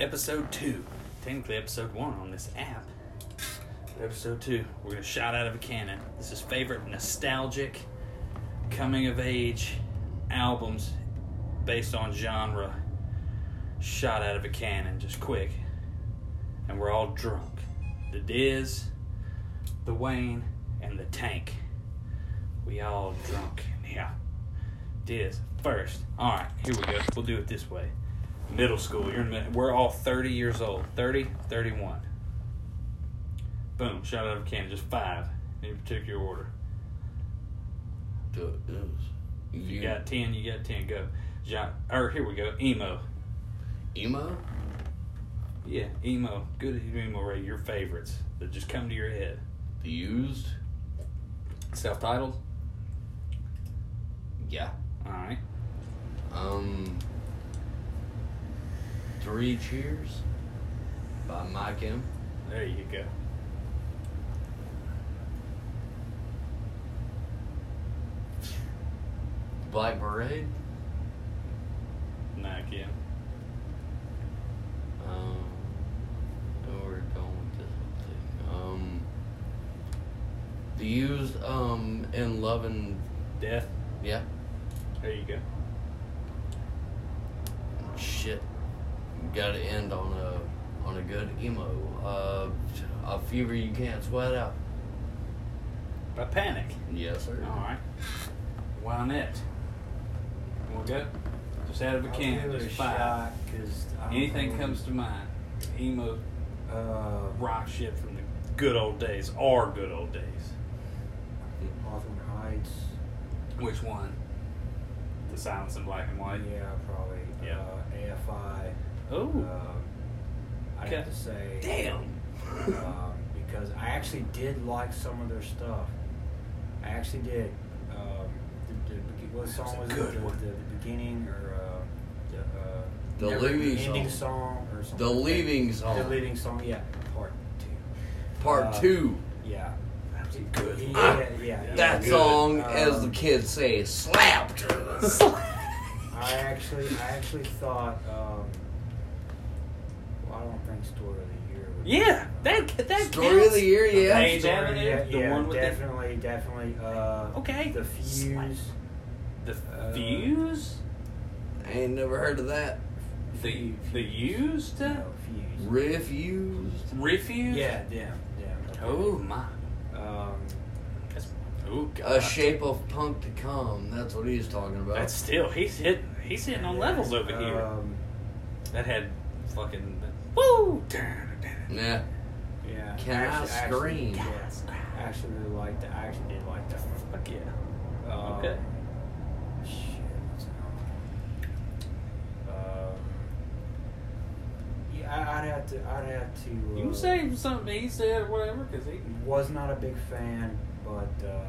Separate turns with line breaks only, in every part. episode two. Technically, episode one on this app. But episode two, we're gonna shout out of a cannon. This is favorite nostalgic coming of age albums based on genre. Shot out of a cannon, just quick. And we're all drunk. The Diz, the Wayne, and the Tank. We all drunk. Yeah. Diz first. All right, here we go. We'll do it this way. Middle school. You're in mid- we're all 30 years old. 30, 31. Boom. Shout out of a cannon. Just five in any particular order.
Do it.
You got 10, you got 10. Go. Genre, or here we go. Emo.
emo?
Yeah, emo. Good emo rate. Your favorites that just come to your head.
The used?
Self titled.
Yeah.
All right.
Um. Three Cheers by Mike M.
There you go.
Black Parade.
Nah, Kim.
Um. Where we're going with this one too. Um. The used. Um. And loving.
Death.
Yeah.
There you go.
Shit. Gotta end on a on a good emo. Uh, a fever you can't sweat out.
By Panic.
Yes, sir.
All right. Why not? We'll go. Just out of a cannon. Just five. Anything comes to mind. Emo
Uh,
rock shit from the good old days. Our good old days.
Hawthorne Heights.
Which one? The Silence in Black and White.
yeah, probably.
Yeah.
Uh, AFI.
Oh.
Um, I
Okay.
have to say.
Damn.
um, because I actually did like some of their stuff. I actually did. Um, the, the, be- what song was,
That's a good
it? The,
one.
the, the beginning or uh, the, uh,
The
never-
leaving
ending
song.
song. or something.
The leaving song.
The leaving song. Yeah, part two.
Part
Uh,
two.
Yeah.
That's a good
Yeah,
one.
yeah, yeah.
That
Good.
song,
Um,
as the kids say, slapped.
I actually, I actually thought. Um, well, I don't think story of the year. would be-
Yeah, that that
Story of
counts.
the year, yeah.
Page
Story,
Avenue,
yeah,
the
yeah,
one with the-
definitely, definitely. Uh,
Okay.
The fuse.
The
Uh,
fuse,
I ain't never heard of that.
the the used,
No, fuse.
Refused.
refuse.
Yeah, damn, damn.
Oh my.
Um,
That's, oh god.
A shape of punk to come. That's what he's talking about.
That's still he's hitting he's hitting on levels over here.
Um,
That had fucking woo. Damn.
nah.
yeah.
Can I scream?
Actually, yeah, I actually really liked that. I actually did like that one.
Fuck yeah.
Um,
Okay.
Shit, what's that? Um, yeah, I, I'd have to. I'd have to. Uh,
You say something he said or whatever because he.
Was not a big fan, but. Uh,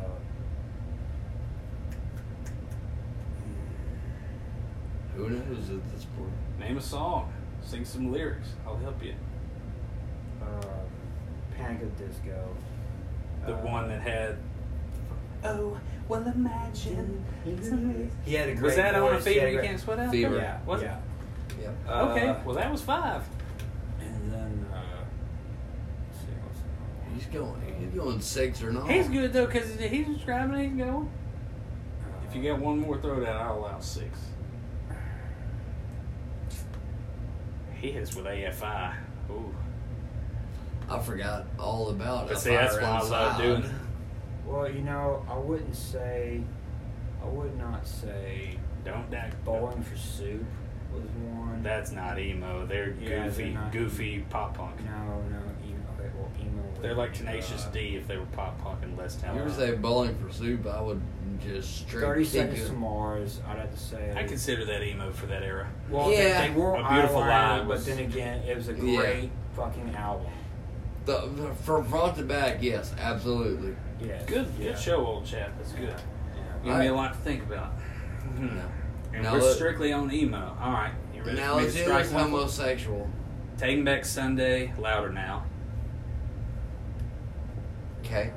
Who knows at this point?
Name a song, sing some lyrics. I'll help you.
um, Panic at the Disco.
The
Uh,
one that had. Oh well, imagine.
He had a great
Was that on a
voice, he
fever
had a
you
great-
can't sweat out?
Fever.
Yeah.
Yeah.
Was it?
yeah.
Yep.
Uh,
okay. Well, that was five.
And then, uh, let's see what's
He's going. He's going six or
oh.
nine.
He's good though because he's describing it, he's going.
uh,
If you got one more throw down, I'll allow six. He hits with AFI. Ooh.
I forgot all
Oh,
about it.
But see, that's why I love doing it.
Well, you know, I wouldn't say, I would not say
Don't that
Bowling for Soup was one.
That's not emo. They're
Yeah,
goofy,
they're not-
goofy pop punk.
no, no, emo. Okay, well, emo. would
They're like
be,
Tenacious
uh,
D if they were pop punk and less
You were
talented.
saying bowling for soup. I would just straight.
Thirty
kick
Seconds
you.
to Mars. I'd have to say.
I consider that emo for that era.
Well, they-
Yeah.
they, were
A Beautiful
eyeliner,
Lie was-
but then again, it was a
Yeah.
great fucking album.
The, the, from front to back, yes, absolutely.
Yes.
Good,
yeah.
good show, old chap. That's good.
Yeah.
Give me a lot to think about. Hmm.
No.
And
Now
we're
let-
strictly on emo. All right, you ready
Now
for me
it
to strike
is
one?
homosexual.
Taking back Sunday, louder now.
Okay.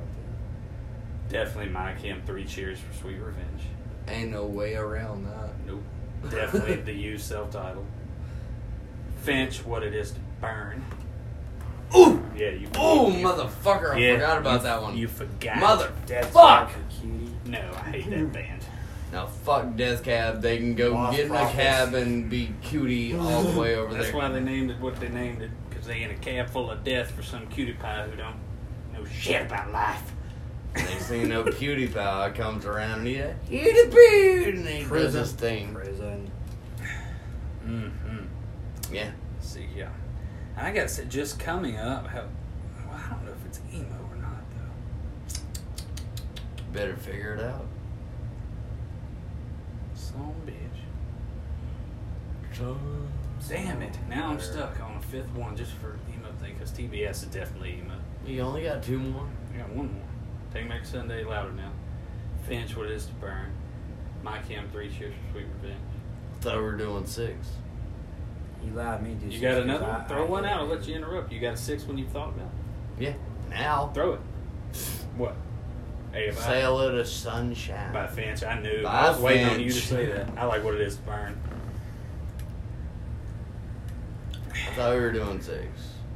Definitely Mike Kim. Three cheers for sweet revenge.
Ain't no way around that.
Nope. Definitely the U self titled. Finch what it is to burn.
Ooh!
Yeah, you.
Ooh,
you-
motherfucker! I
yeah,
forgot about
you-
that one.
You forgot.
Mother.
Death
Fuck!
Stalker Cutie.
No, I hate that band.
Now fuck Death Cab. They can go
Lost
get in
profits.
a cab and be cutie all the way over
That's
there.
why they named it what they named it, because they in a cab full of death for some cutie pie who don't know shit about life.
Next thing you know, Cutie Pie comes around and he's like, Cutie Pie! And he does
Prison.
this thing.
Prison.
Mm-hmm.
Yeah.
See, yeah. I gotta say, just coming up, how, well, I don't know if it's emo or not, though.
Better figure it out.
Some bitch. Damn it. Now I'm stuck on the fifth one just for emo thing, because TBS is definitely emo.
You only got two more?
I got one more. Take Back Sunday louder now. Finch, what it is to burn. My Cam, three cheers for sweet revenge.
Thought we were doing six.
You lied me. Dude,
You got another
I,
one?
I
Throw one
can't
out. I'll
do
let you interrupt. You got a six when you've thought about it.
Yeah. Now,
Throw it. What? Hey, if I,
sail it a sunshine.
by Finch, I knew.
By
I was waiting on you to
Finch.
say that. I like what it is to burn.
I thought we were doing six.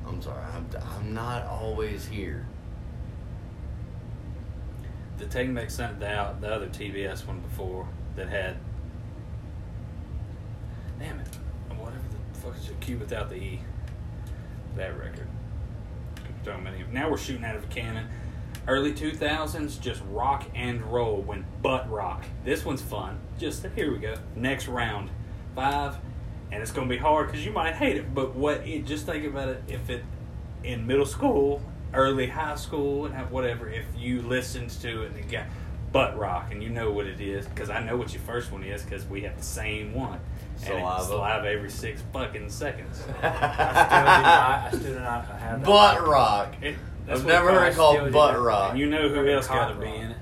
I'm sorry. I'm, I'm not always here.
The Taking Back Sunday, the, out- the other TBS one before that had. Damn it. Whatever the fuck is a Q without the E? That record. Keep throwing many- Now we're shooting out of a cannon. Early 2000s, just rock and roll when butt rock. This one's fun. Just here we go. Next round. Five. And it's going to be hard because you might hate it. But what it, just think about it if it in middle school, early high school, and have whatever, if you listened to it and it got butt rock and you know what it is, because I know what your first one is because we have the same one. And
Saliva.
it's saliva every six fucking seconds.
that. I still do not, I still do not have that.
Butt rock.
It-
I've
what it's
never heard it
I still
called
do
butt
that.
rock.
And you know who
Fucking
else got to
cock
be
rock.
in it.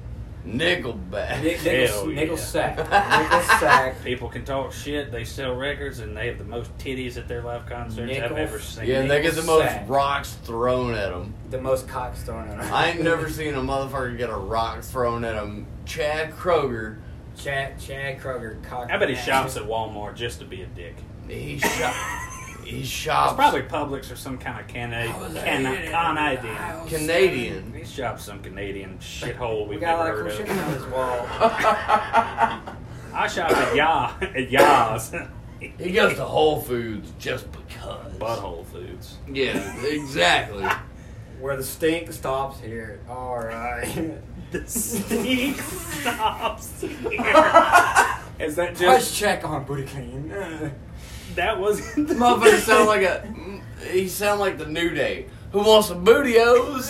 Nickelback.
Nick, Nickel,
Hell yeah.
Nickel Sack. Nickel Sack.
People can talk shit. They sell records, and they have the most titties at their live concerts I've
Nickel.
ever seen.
yeah, and they get the most
Nickelsack.
rocks thrown at them.
The most cock thrown on
I ain't never seen a motherfucker get a rock thrown at him. Chad Kroger,
Chad, Chad Kroger cock.
I bet he
ass.
shops at Walmart just to be a dick.
he shot. he
It's
shops.
probably Publix or some kind of Canadian.
I was
Can,
eating.
Canadian.
Canadian.
He shops some Canadian shithole
We
we've
got a lot
never
of cool
heard
shit
of.
on this wall.
I shop at Yah at Yah's
he goes to Whole Foods just because.
Butthole Foods.
Yeah, exactly.
Where the stink stops here. All right.
The stink stops here. Is that just
Price check on booty clean. Uh,
that wasn't the
Motherfucker sound like a. He sound like the New Day. Who wants some bootios?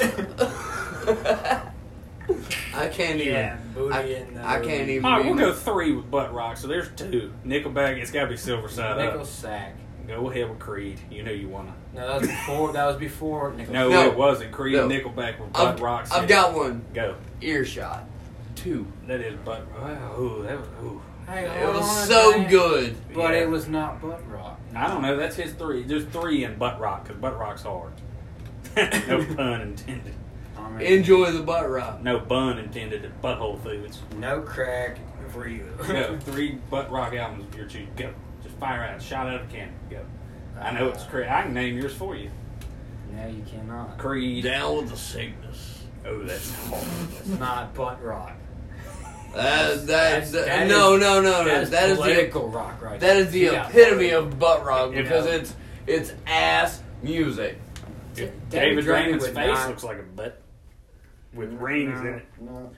I can't even.
Yeah, booty
I,
in the
I can't
booty.
even.
All right,
be-
we'll go three with butt rock. So there's two. Nickelback. It's got to be Silver Side
Nickel
Up.
Sack.
Go ahead with Creed. You know you wanna.
No, that was before. That was before Nickel.
No,
No.
it wasn't. Creed
No.
and Nickelback were butt
I've,
rock.
I've
shit.
got one.
Go.
Earshot. Two.
That is butt. Wow. Ooh, that was. Ooh.
Hey,
It
hold on a
was so
second.
good.
But
Yeah.
it was not butt rock.
I don't know. That's his three. There's three in butt rock because butt rock's hard. no pun intended.
I mean,
Enjoy the butt rock.
No bun intended at Butthole Foods.
no crack for you.
Go. Three butt rock albums of your choosing. Go. Just fire out. Shot out of a cannon. Go. I know it's Creed. I can name yours for you.
No, you cannot.
Creed.
Down with the sickness.
Oh, that's hard.
It's not butt rock.
That, that,
That's-
that,
that
no,
is-
no, no, no.
That is
That is
political
the
rock, right?
that is the
there. Yeah.
epitome of butt rock
If-
because it's it's ass music.
Uh, D-
David Draymond's
would
face
not-
looks like a butt with rings in it.
No,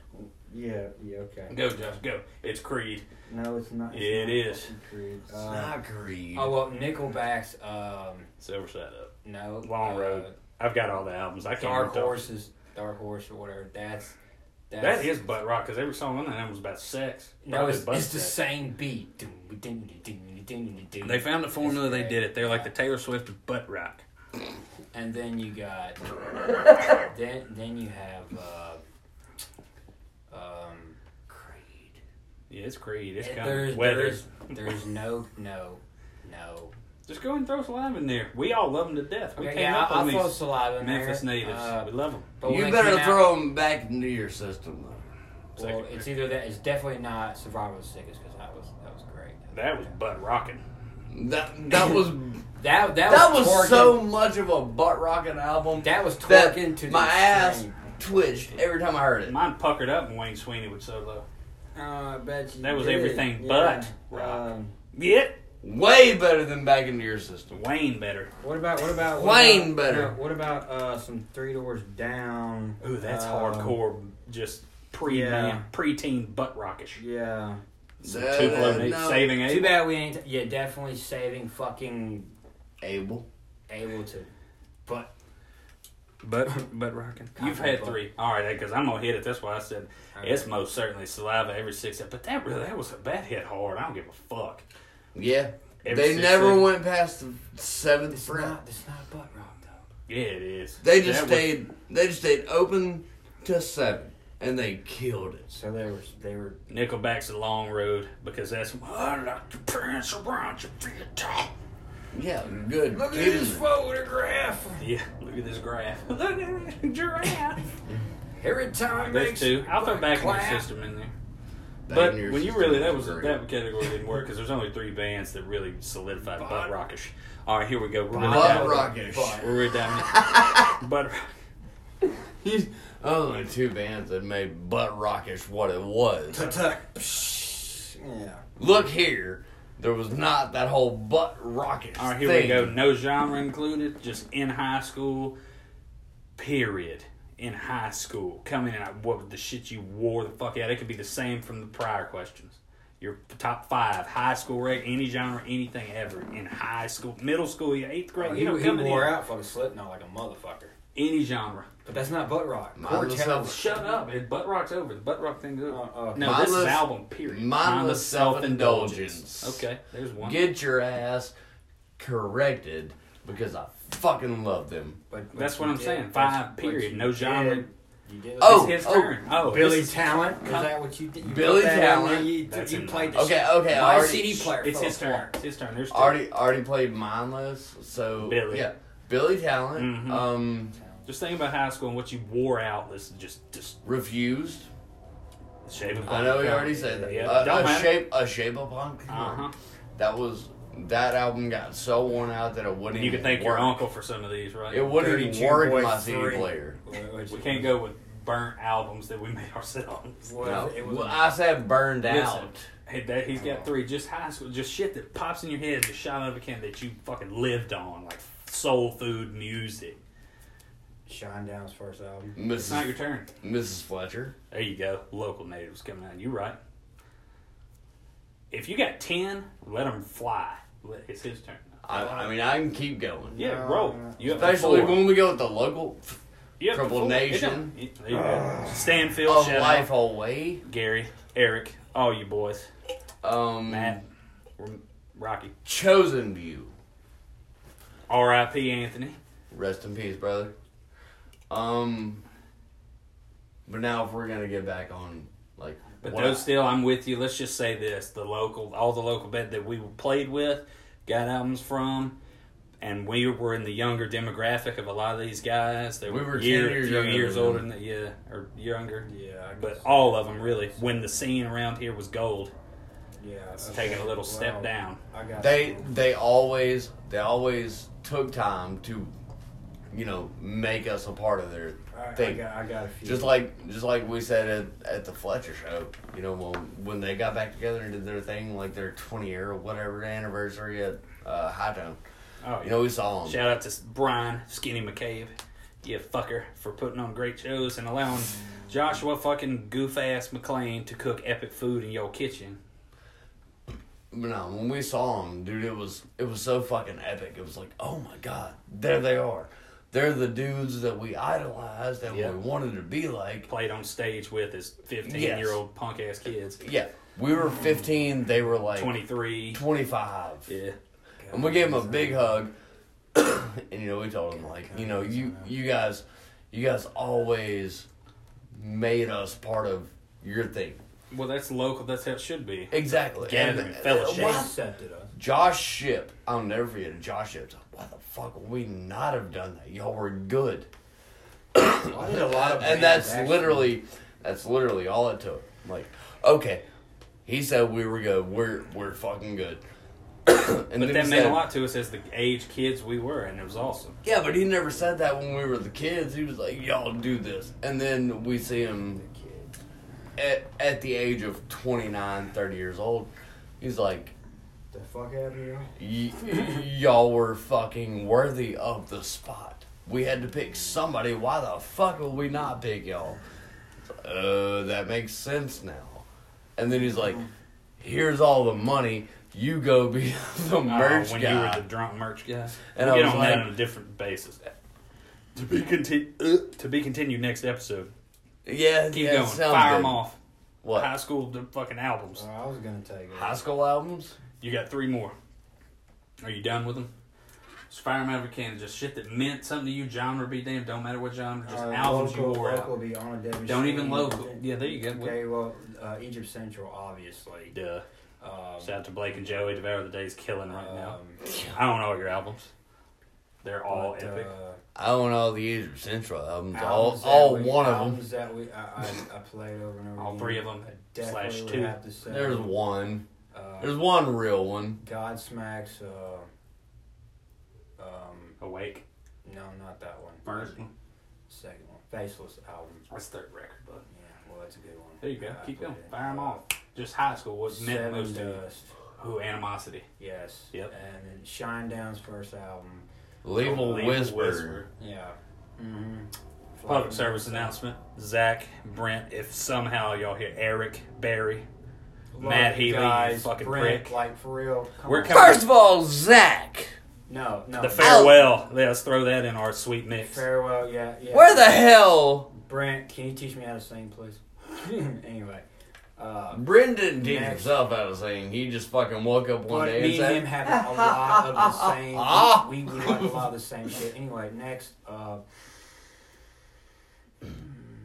yeah, yeah, okay.
Go, Josh, go. It's Creed.
No, it's not. Uh,
it's It not is. fucking
It's not greed.
oh well, Nickelback's. Um,
Silver Side Up.
no,
Long
uh,
Road. I've got all the albums. I can't.
Dark
even talk.
Horses, Dark Horse or whatever. That's that's
That is butt rock because every song on that album was about sex.
no, it's,
Butt
it's the
sex.
same beat. Dun, dun, dun, dun, dun,
They found a formula.
It's
They
great.
did it. They're like the Taylor Swift of butt rock.
And then you got then then you have uh, um, Creed.
Yeah, it's Creed. It's
Eh,
coming.
There's,
Weather.
there's there's no no no.
Just go and throw saliva in there. We all love them to death. We
Okay,
came
yeah,
up
I'll
on
throw
these
saliva in
Memphis
there.
natives.
Uh,
we love them.
but when
you
it
better
came out-
throw them back into your system. though.
Well, it's either that. It's definitely not Survival of the Sickest because that was that was great.
That was butt rocking.
That that was
That that,
That
was,
was
twerking.
so much of a butt rocking album.
That was
that
twerking to the
my ass
extreme.
twitched every time I heard it.
Mine puckered up when Wayne Sweeney would solo.
Oh, I bet you
That was
did.
everything
Yeah.
but rock.
Um,
Yeah.
Way better than back into your system.
Wayne better.
what about what about what
Plain
about,
better.
no, what about uh, some three doors down?
Ooh, that's
um,
hardcore. Just pre
yeah.
man, preteen butt rockish.
Yeah.
Some
No,
Tupelo
no,
Nate
uh, no.
saving
Too
eight.
bad we ain't. Yeah, definitely saving fucking
Abel.
able to. But
But but rocking. You've had
Butt.
three. All right, because I'm gonna hit it. That's why I said it's most certainly saliva every six. But that really that was a bad hit hard. I don't give a fuck.
Yeah.
Every
they
six
never
in.
went past the seventh
it's
fret.
not. It's not butt rock though.
Yeah, it is.
They just
That was-
stayed. They just stayed open to seven, and they killed it.
So they were they were
Nickelback's a long road because that's I like to prance around your feet.
Yeah, good. Keep it.
photograph.
Yeah, look at this graph. look at this giraffe.
Every time
There's two. I'll throw back in your system in there. But
Back in your
when you
system
really
was
that was
great.
that category didn't work because there's only three bands that really solidified
Butt-
butt rockish. All right, here we go. We're really
Butt
diving-
rockish.
Butt.
We're really diving. in. butt.
He's only two bands that made butt rockish what it was.
Yeah.
Look here, there was not that whole butt rockish.
All right, here
thing.
we go. No genre included. Just in high school. Period. In high school, coming in, what was the shit you wore the fuck out? It could be the same from the prior questions. Your top five high school reg, any genre, anything ever in high school, middle school, yeah, eighth grade.
Oh, He,
you know,
he
coming
wore
in,
out fucking Slipknot like a motherfucker.
any genre.
But that's not butt rock.
Mine was
Cortez-
something-
Shut up. It butt rock's over. The butt rock thing's over.
Oh, okay.
no, this is
Mindless-
album, period.
mindless
self-indulgence.
self-indulgence.
Okay, there's one.
Get your ass corrected because I fucking love them.
But, but
That's what
you
I'm
did-
saying.
but
Five,
you-
period.
but
No
you
genre.
did- You did.
Oh,
it's his
oh,
turn. Oh,
Billy
this is-
Talent. Was
Come-
that what you did? You
Billy
put that out
Talent.
there? You,
That's
you
in
played the
there.
Okay,
shit.
okay. I
My
already,
CD player.
It's
fell
his turn.
apart.
It's his turn. There's two.
already already played mindless. So
Billy.
yeah, Billy Talent.
Mhm.
Um,
Just think about high school and what you wore out. This is just just
refused.
shape of.
I know we already said that.
Yeah,
A-
don't
a,
matter.
shape, a shape of punk.
Uh-huh.
That was that album got so worn out that it wouldn't.
You
even
could thank
work.
your uncle for some of these, right?
It wouldn't even
Dirty
work
Boy
my CD
three.
player.
What- what
We
you-
can't go with burnt albums that we made ourselves.
Well,
No,
it was
well, I said burned
Listen,
out.
hey, that, he's got three. Just high school, just shit that pops in your head, just shot out of a can that you fucking lived on, like soul food music.
Shine Down's first album.
It's not your
Mrs.
turn.
Mrs. Fletcher.
There you go. Local natives coming out. You right. If you got ten, let them fly. Let- It's his turn.
I, I mean, I can keep going.
Yeah,
No,
roll.
no.
You up to
Uh, Especially
four.
when we go with the local
You up to
Triple
four.
Nation.
It don't- it- There you go. Stanfield,
of
shout
life
out.
away.
Gary, Eric, all you boys,
Um,
Matt, R- Rocky,
Chosen View.
R.I.P. Anthony.
Rest in peace, brother. Um, but now if we're gonna get back on like,
But
what
those
I-
still, I'm with you. Let's just say this: the local, all the local band that we played with, got albums from, and we were in the younger demographic of a lot of these guys. They
We
were,
were 10
year,
years
few
younger
years
than
older
them.
than the, yeah, or younger.
Yeah, I
But
guess-
all of them really, when the scene around here was gold,
Yeah,
it's
okay,
taking a little
well,
step down.
I got
they
you.
they always they always took time to, you know, make us a part of their
All right, I
thing.
got, I got a few.
Just like just like we said at, at the Fletcher show, you know, when when they got back together and did their thing, like their twenty year or whatever anniversary at uh, High Tone,
Oh,
you know, we saw them.
Shout out to Brian Skinny McCabe, you fucker, for putting on great shows and allowing Joshua fucking goof ass McLean to cook epic food in your kitchen.
But no, when we saw them, dude, it was it was so fucking epic. It was like, oh my god, there they are. They're the dudes that we idolized that
Yeah.
we wanted to be like.
Played on stage with his 15 year old punk ass kids,
Yeah, we were fifteen. They were like
23.
25.
Yeah.
And we gave him a big hug. and you know, we told him like, you know, you you guys you guys always made us part of your thing.
Well, that's local. That's how it should be.
Exactly.
Gathering
And-
fellowship.
They
why-
accepted us.
Josh Ship, I'll never forget it. Josh Ship's like, why the fuck would we not have done that? Y'all were good.
I did a lot of
and
bands,
that's
actually.
literally that's literally all it took. I'm like, okay. He said we were good. We're we're fucking good. and
but
then
that
he
meant a
said-
lot to us as the age kids we were, and it was awesome.
Yeah, but he never said that when we were the kids. He was like, "Y'all do this," and then we see him at, at the age of 29, 30 years old. He's like,
The fuck out of you?
y- "Y'all were fucking worthy of the spot. We had to pick somebody. Why the fuck would we not pick y'all?" It's like, Uh, that makes sense now. And then he's like, "Here's all the money. You go be the
Uh,
merch
when
guy."
you were the drunk merch guys.
And
we
I
get
was
on
like-
that on a different basis. To be continued.
uh.
to be continued next episode.
yeah,
Keep
yeah,
going.
sounds
Fire
good.
them off.
What?
High school the fucking albums.
Oh, I was gonna take it.
High school albums?
You got three more. Are you done with them? Just fire them out of a can. Just shit that meant something to you. Genre be damned. Don't matter what genre. Just
Uh,
albums
local,
you wore
local
out.
be on a Debbie
Don't
Sheen.
even local. Yeah, there you go.
Okay, well, uh, Egypt Central, obviously.
Duh.
Um,
Shout out to Blake and Joey. Devour the Day's killing right now.
um,
I don't know your albums. They're all
but,
epic.
uh,
I own all the Egypt Central albums.
albums that
all all
we-
one of them.
albums that we I, I, I played over and over.
All
again.
three of them,
I definitely
slash
would
two.
Have to say,
There's one.
uh,
There's one real one.
Godsmack's. Uh, um,
Awake.
no, not that one.
First one.
Second one. Faceless album.
That's third record, bud.
Yeah, well, that's a good one.
There you go.
I
Keep
played
going.
it. Uh,
Fire them off. Just high school. What meant
Seven
most to you?
Dust.
Who animosity?
Yes.
Yep.
And then Shine Down's first album.
Label
Label
Whisper.
Yeah. Mm-hmm.
Public service announcement. Zach, Brent, if somehow y'all hear Eric, Barry, Matt Healy, you fucking
Brent,
prick.
Like for real. Come
We're
on.
coming-
First of all, Zach,
No, no.
the farewell. Let's throw that in our sweet mix.
Oh. Farewell. Yeah, yeah.
where the hell?
Brent? Can you teach me how to sing, please? anyway. Uh,
Brendan didn't teach
Next.
himself how to sing. He just fucking woke up one
but
day and
me and him
said,
have a lot of the same.
Ah.
we, we like a lot of the same shit. Anyway, next. Uh, hmm,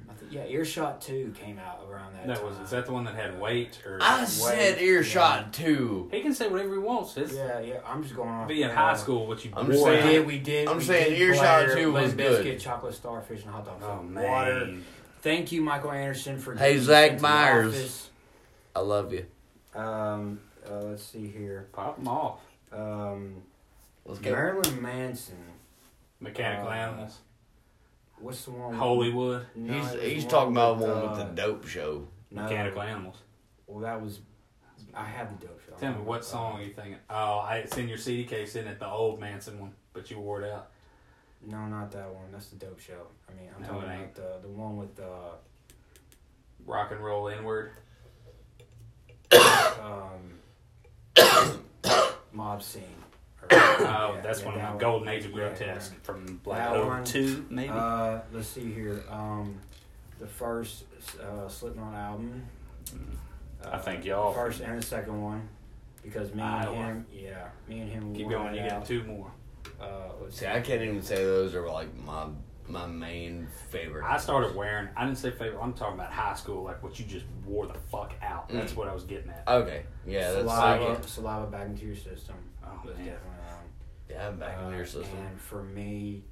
I think, yeah, Earshot Two came out aroround that.
That
time.
was is that the one that had weight or?
"I said
Wait,
earshot too."
he can say whatever he wants. It's
Yeah, yeah. I'm just going on.
be in
uh,
high school. What you
I'm
wore
just
We
saying-
out.
did, we did.
I'm
we
saying
did
Earshot
Blair,
Two
Limp
was
Bizkit,
good.
chocolate starfish, and hot dog.
Oh man.
Water. Thank you, Michael Anderson, for
Hey,
getting
Zach
us into
Myers.
office.
I love you.
Um, uh, let's see here.
Pop them off.
Um,
Let's get
Marilyn Manson.
Mechanical
Uh,
animals.
What's the one?
Hollywood.
No,
He's
there's
he's talking about
with,
one
uh,
with the dope show.
no.
Mechanical animals.
Um, Well, that was. I have the dope show.
Tell me what song are you thinking? Oh, I, it's in your CD case, isn't it? The old Manson one, but you wore it out.
Uh, No, not that one. That's the dope show. I mean, I'm
No,
talking
it
about
ain't.
the the one with the
Rock and roll inward.
um, mob scene. Oh,
Oh, that's one of my golden age of grotesque from Black
That
Hole
one.
Two, maybe.
Uh, let's see here. Um, the first uh, Slipknot album.
Mm.
Uh,
I think y'all-
first and the second one, because me
I
and
don't-
him, yeah, me and him.
Keep
wore
going.
it
You
out.
get two more.
Uh, let's
See, I can't even say those are like my my main favorite.
I started wearing. I didn't say favorite. I'm talking about high school, like what you just wore the fuck out. That's
Mm.
what I was getting at.
Okay, yeah, that's
saliva,
second.
saliva back into your system.
Oh,
was
man.
definitely um, one.
Yeah, I'm back in
Uh,
your system.
And for me,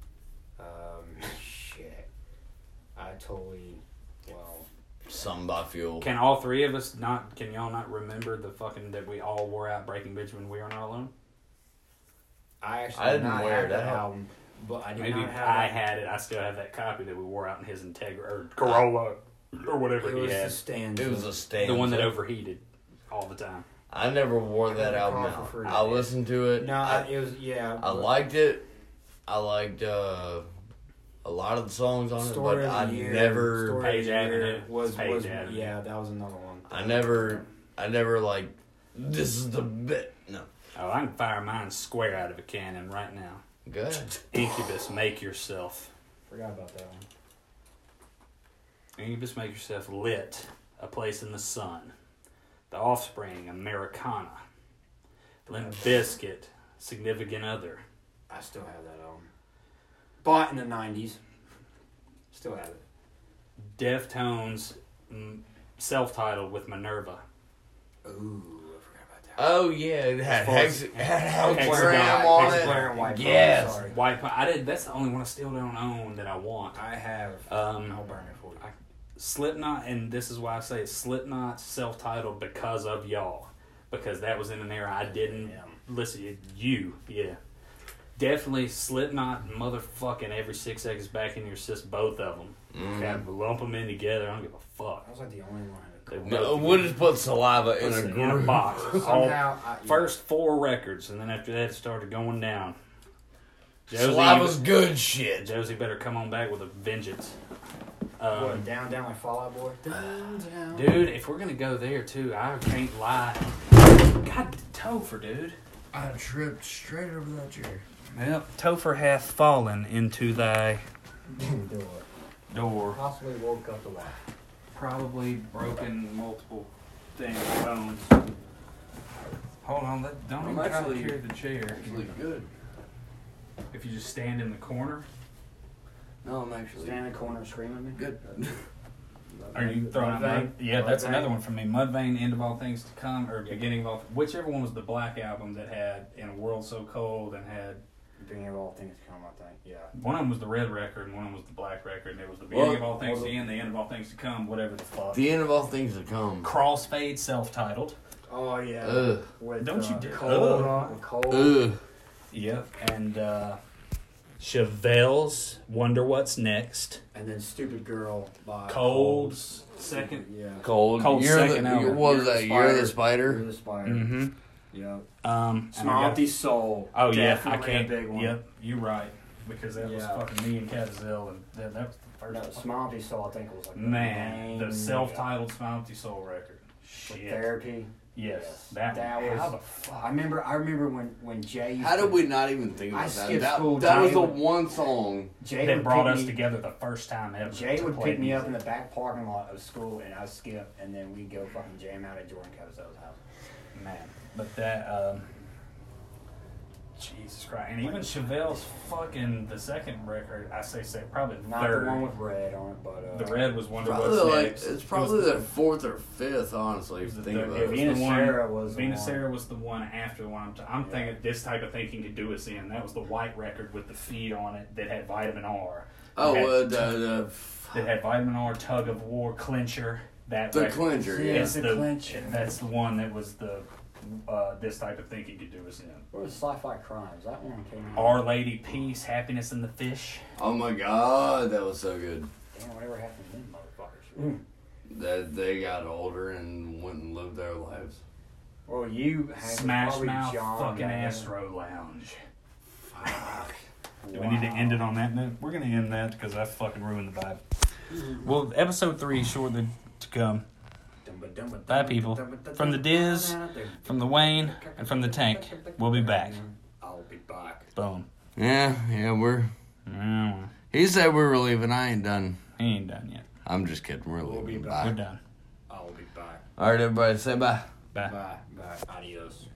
um, shit, I totally. Well,
Some by fuel.
Can all three of us not? Can y'all not remember the fucking that we all wore out breaking bitch when we were not alone?
I actually
I
did
didn't
not
wear
have
it
that
out.
album, but I did
Maybe
not have.
I
that.
had it. I still have that copy that we wore out in his Integra or Corolla or whatever
It
he
was
had.
the stand.
It was a stand.
The one that overheated all the time.
I never wore that
I
album
don't recall
out.
for free.
I listened to it.
No,
I,
it was yeah.
I
but
liked it. I liked uh, a lot of the songs on
Story
it,
of
but
the
I
year,
never,
Story
Page
of the Year
Avenue.
was
Page
was
Avenue.
yeah. That was another one.
I never, I never like. This is the bit. No,
Oh, I can fire mine square out of a cannon right now.
good.
Incubus, make yourself.
Forgot about that one.
Incubus, make yourself lit. A place in the sun. The offspring, Americana. Limp Biscuit, significant other.
I still have that album. Bought in the nineties. Still have it.
Deftones, mm, self-titled with Minerva.
Ooh, I forgot about that.
Oh yeah, it had hex, it had hexagram
Hexagon.
on
Hexagram
it.
white bone,
yes.
sorry.
White. Pi- I did. That's the only one I still don't own that I want.
I have.
Um,
I'll burn it for you.
Slipknot, and this is why I say it's Slipknot self titled because of y'all. Because that was in an era I didn't
Damn.
listen, you, yeah. Definitely Slipknot, motherfucking every six seconds back in your system, both of them.
Mm-hmm.
Okay, lump them in together. I don't give a
I
fuck.
was like the only one who
They
had a
No,
both-
we'll just put saliva in a
Listen, in a
group.
box. All-
Somehow, I, yeah.
first four records, and then after that, it started going down. Josie,
Saliva's good shit.
Josie better come on back with a vengeance.
what,
Um,
down, down like Fallout Boy. Down, down.
dude, if we're gonna go there too, I can't lie. God, Topher, dude.
I tripped straight over that chair.
Yep. Topher hath fallen into thy
Door.
door.
Possibly woke up the life.
Probably broken multiple things, bones. Hold on, that, don't
I'm
even try to
actually-
carry the chair.
Actually good.
If you just stand in the corner,
No, I'm actually
Stand in the corner screaming at me.
good.
Are you throwing out
Mudvayne?
mud? Yeah, that's
Mudvayne?
another one for me. Mudvayne, End of All Things to Come, or Beginning of All. Whichever one was the black album that had In a World So Cold and had
Being of all things to come, I think. Yeah.
one of them was the red record and one of them was the black record and it was the beginning
Well,
of all things
well,
to end, the end of all things to come, whatever the fuck.
The end of all things to come.
Crossfade, self-titled.
Oh yeah.
Ugh.
With,
Don't you
uh,
do-
cold
Ugh.
on cold.
Ugh.
Yep. And uh, Chevelle's Wonder What's Next.
And then stupid girl by
Cold's second.
Yeah.
Cold.
Cold
You're
second
the,
album.
What was
You're the
that? You're the
You're
spider.
the spider.
Mm-hmm.
Yeah.
Um. and I got-
Smoky soul.
Oh yeah, I
Definitely
can't.
A big one.
Yep, you're right because that was
Yeah.
fucking me and Catazell, and that, that was the first.
No,
one.
Smompy Soul, I think was like the
Man,
main-
the self-titled Smounty Soul record.
With
Shit.
therapy.
Yes, that,
That
one.
was-
How the fuck?
I remember. I remember when when Jay. Used
How
to,
did we not even think
I
about that?
skipped
That,
school,
that was the
Jalen.
one song.
Jay
That
would
brought
pick
us
me-
together the first time ever.
Jay
to
would
play
pick me up in the
music.
back parking lot of school, and I skip, and then we go fucking jam out at Jordan Cavazel's house.
Man, but that. um Jesus Christ! And even Chevelle's fucking the second record. I say second, probably the
Not
third.
the one with red on it, but uh,
the red was Wonder
Probably
What's
like
Next. It
it's
was
probably
the-
the fourth or fifth. Honestly, if
was
you
the
think
third-
about
it was
it.
Venus
the one-
Sarah was the
Venus
one.
Sarah was the one after the one I'm, t- I'm
Yeah.
thinking. This type of thinking could do us in. That was the white record with the feet on it that had vitamin R.
Oh,
That
uh,
had
the the,
that had vitamin R, tug of war, clincher. That
the
record.
cleanser.
Yeah.
Yeah.
It's
the
the-
clincher.
That's the one that was the uh, this type of thinking could do us in.
What was Sci-Fi Crimes? That one came out.
Our Lady Peace, Happiness in the Fish.
Oh my god, that was so good.
Damn, whatever happened to them motherfuckers?
That they got older and went and lived their lives.
Well, you had
Smash
probably
Mouth,
John
fucking
down there.
Astro Lounge.
Fuck.
Do we need to end it on that note? We're gonna end that because I fucking ruined the vibe. Well, episode three shortly to come. Bye, people. From the Diz, From the Wayne and from the Tank, we'll be back.
I'll be back.
Boom.
Yeah, yeah, we're.
Mm,
He said we were leaving. I ain't done.
he ain't done yet.
I'm just kidding. We're leaving.
be back.
We're
Bye.
done.
I'll be back.
All right, everybody, say bye.
Bye.
Bye. Bye. Adios.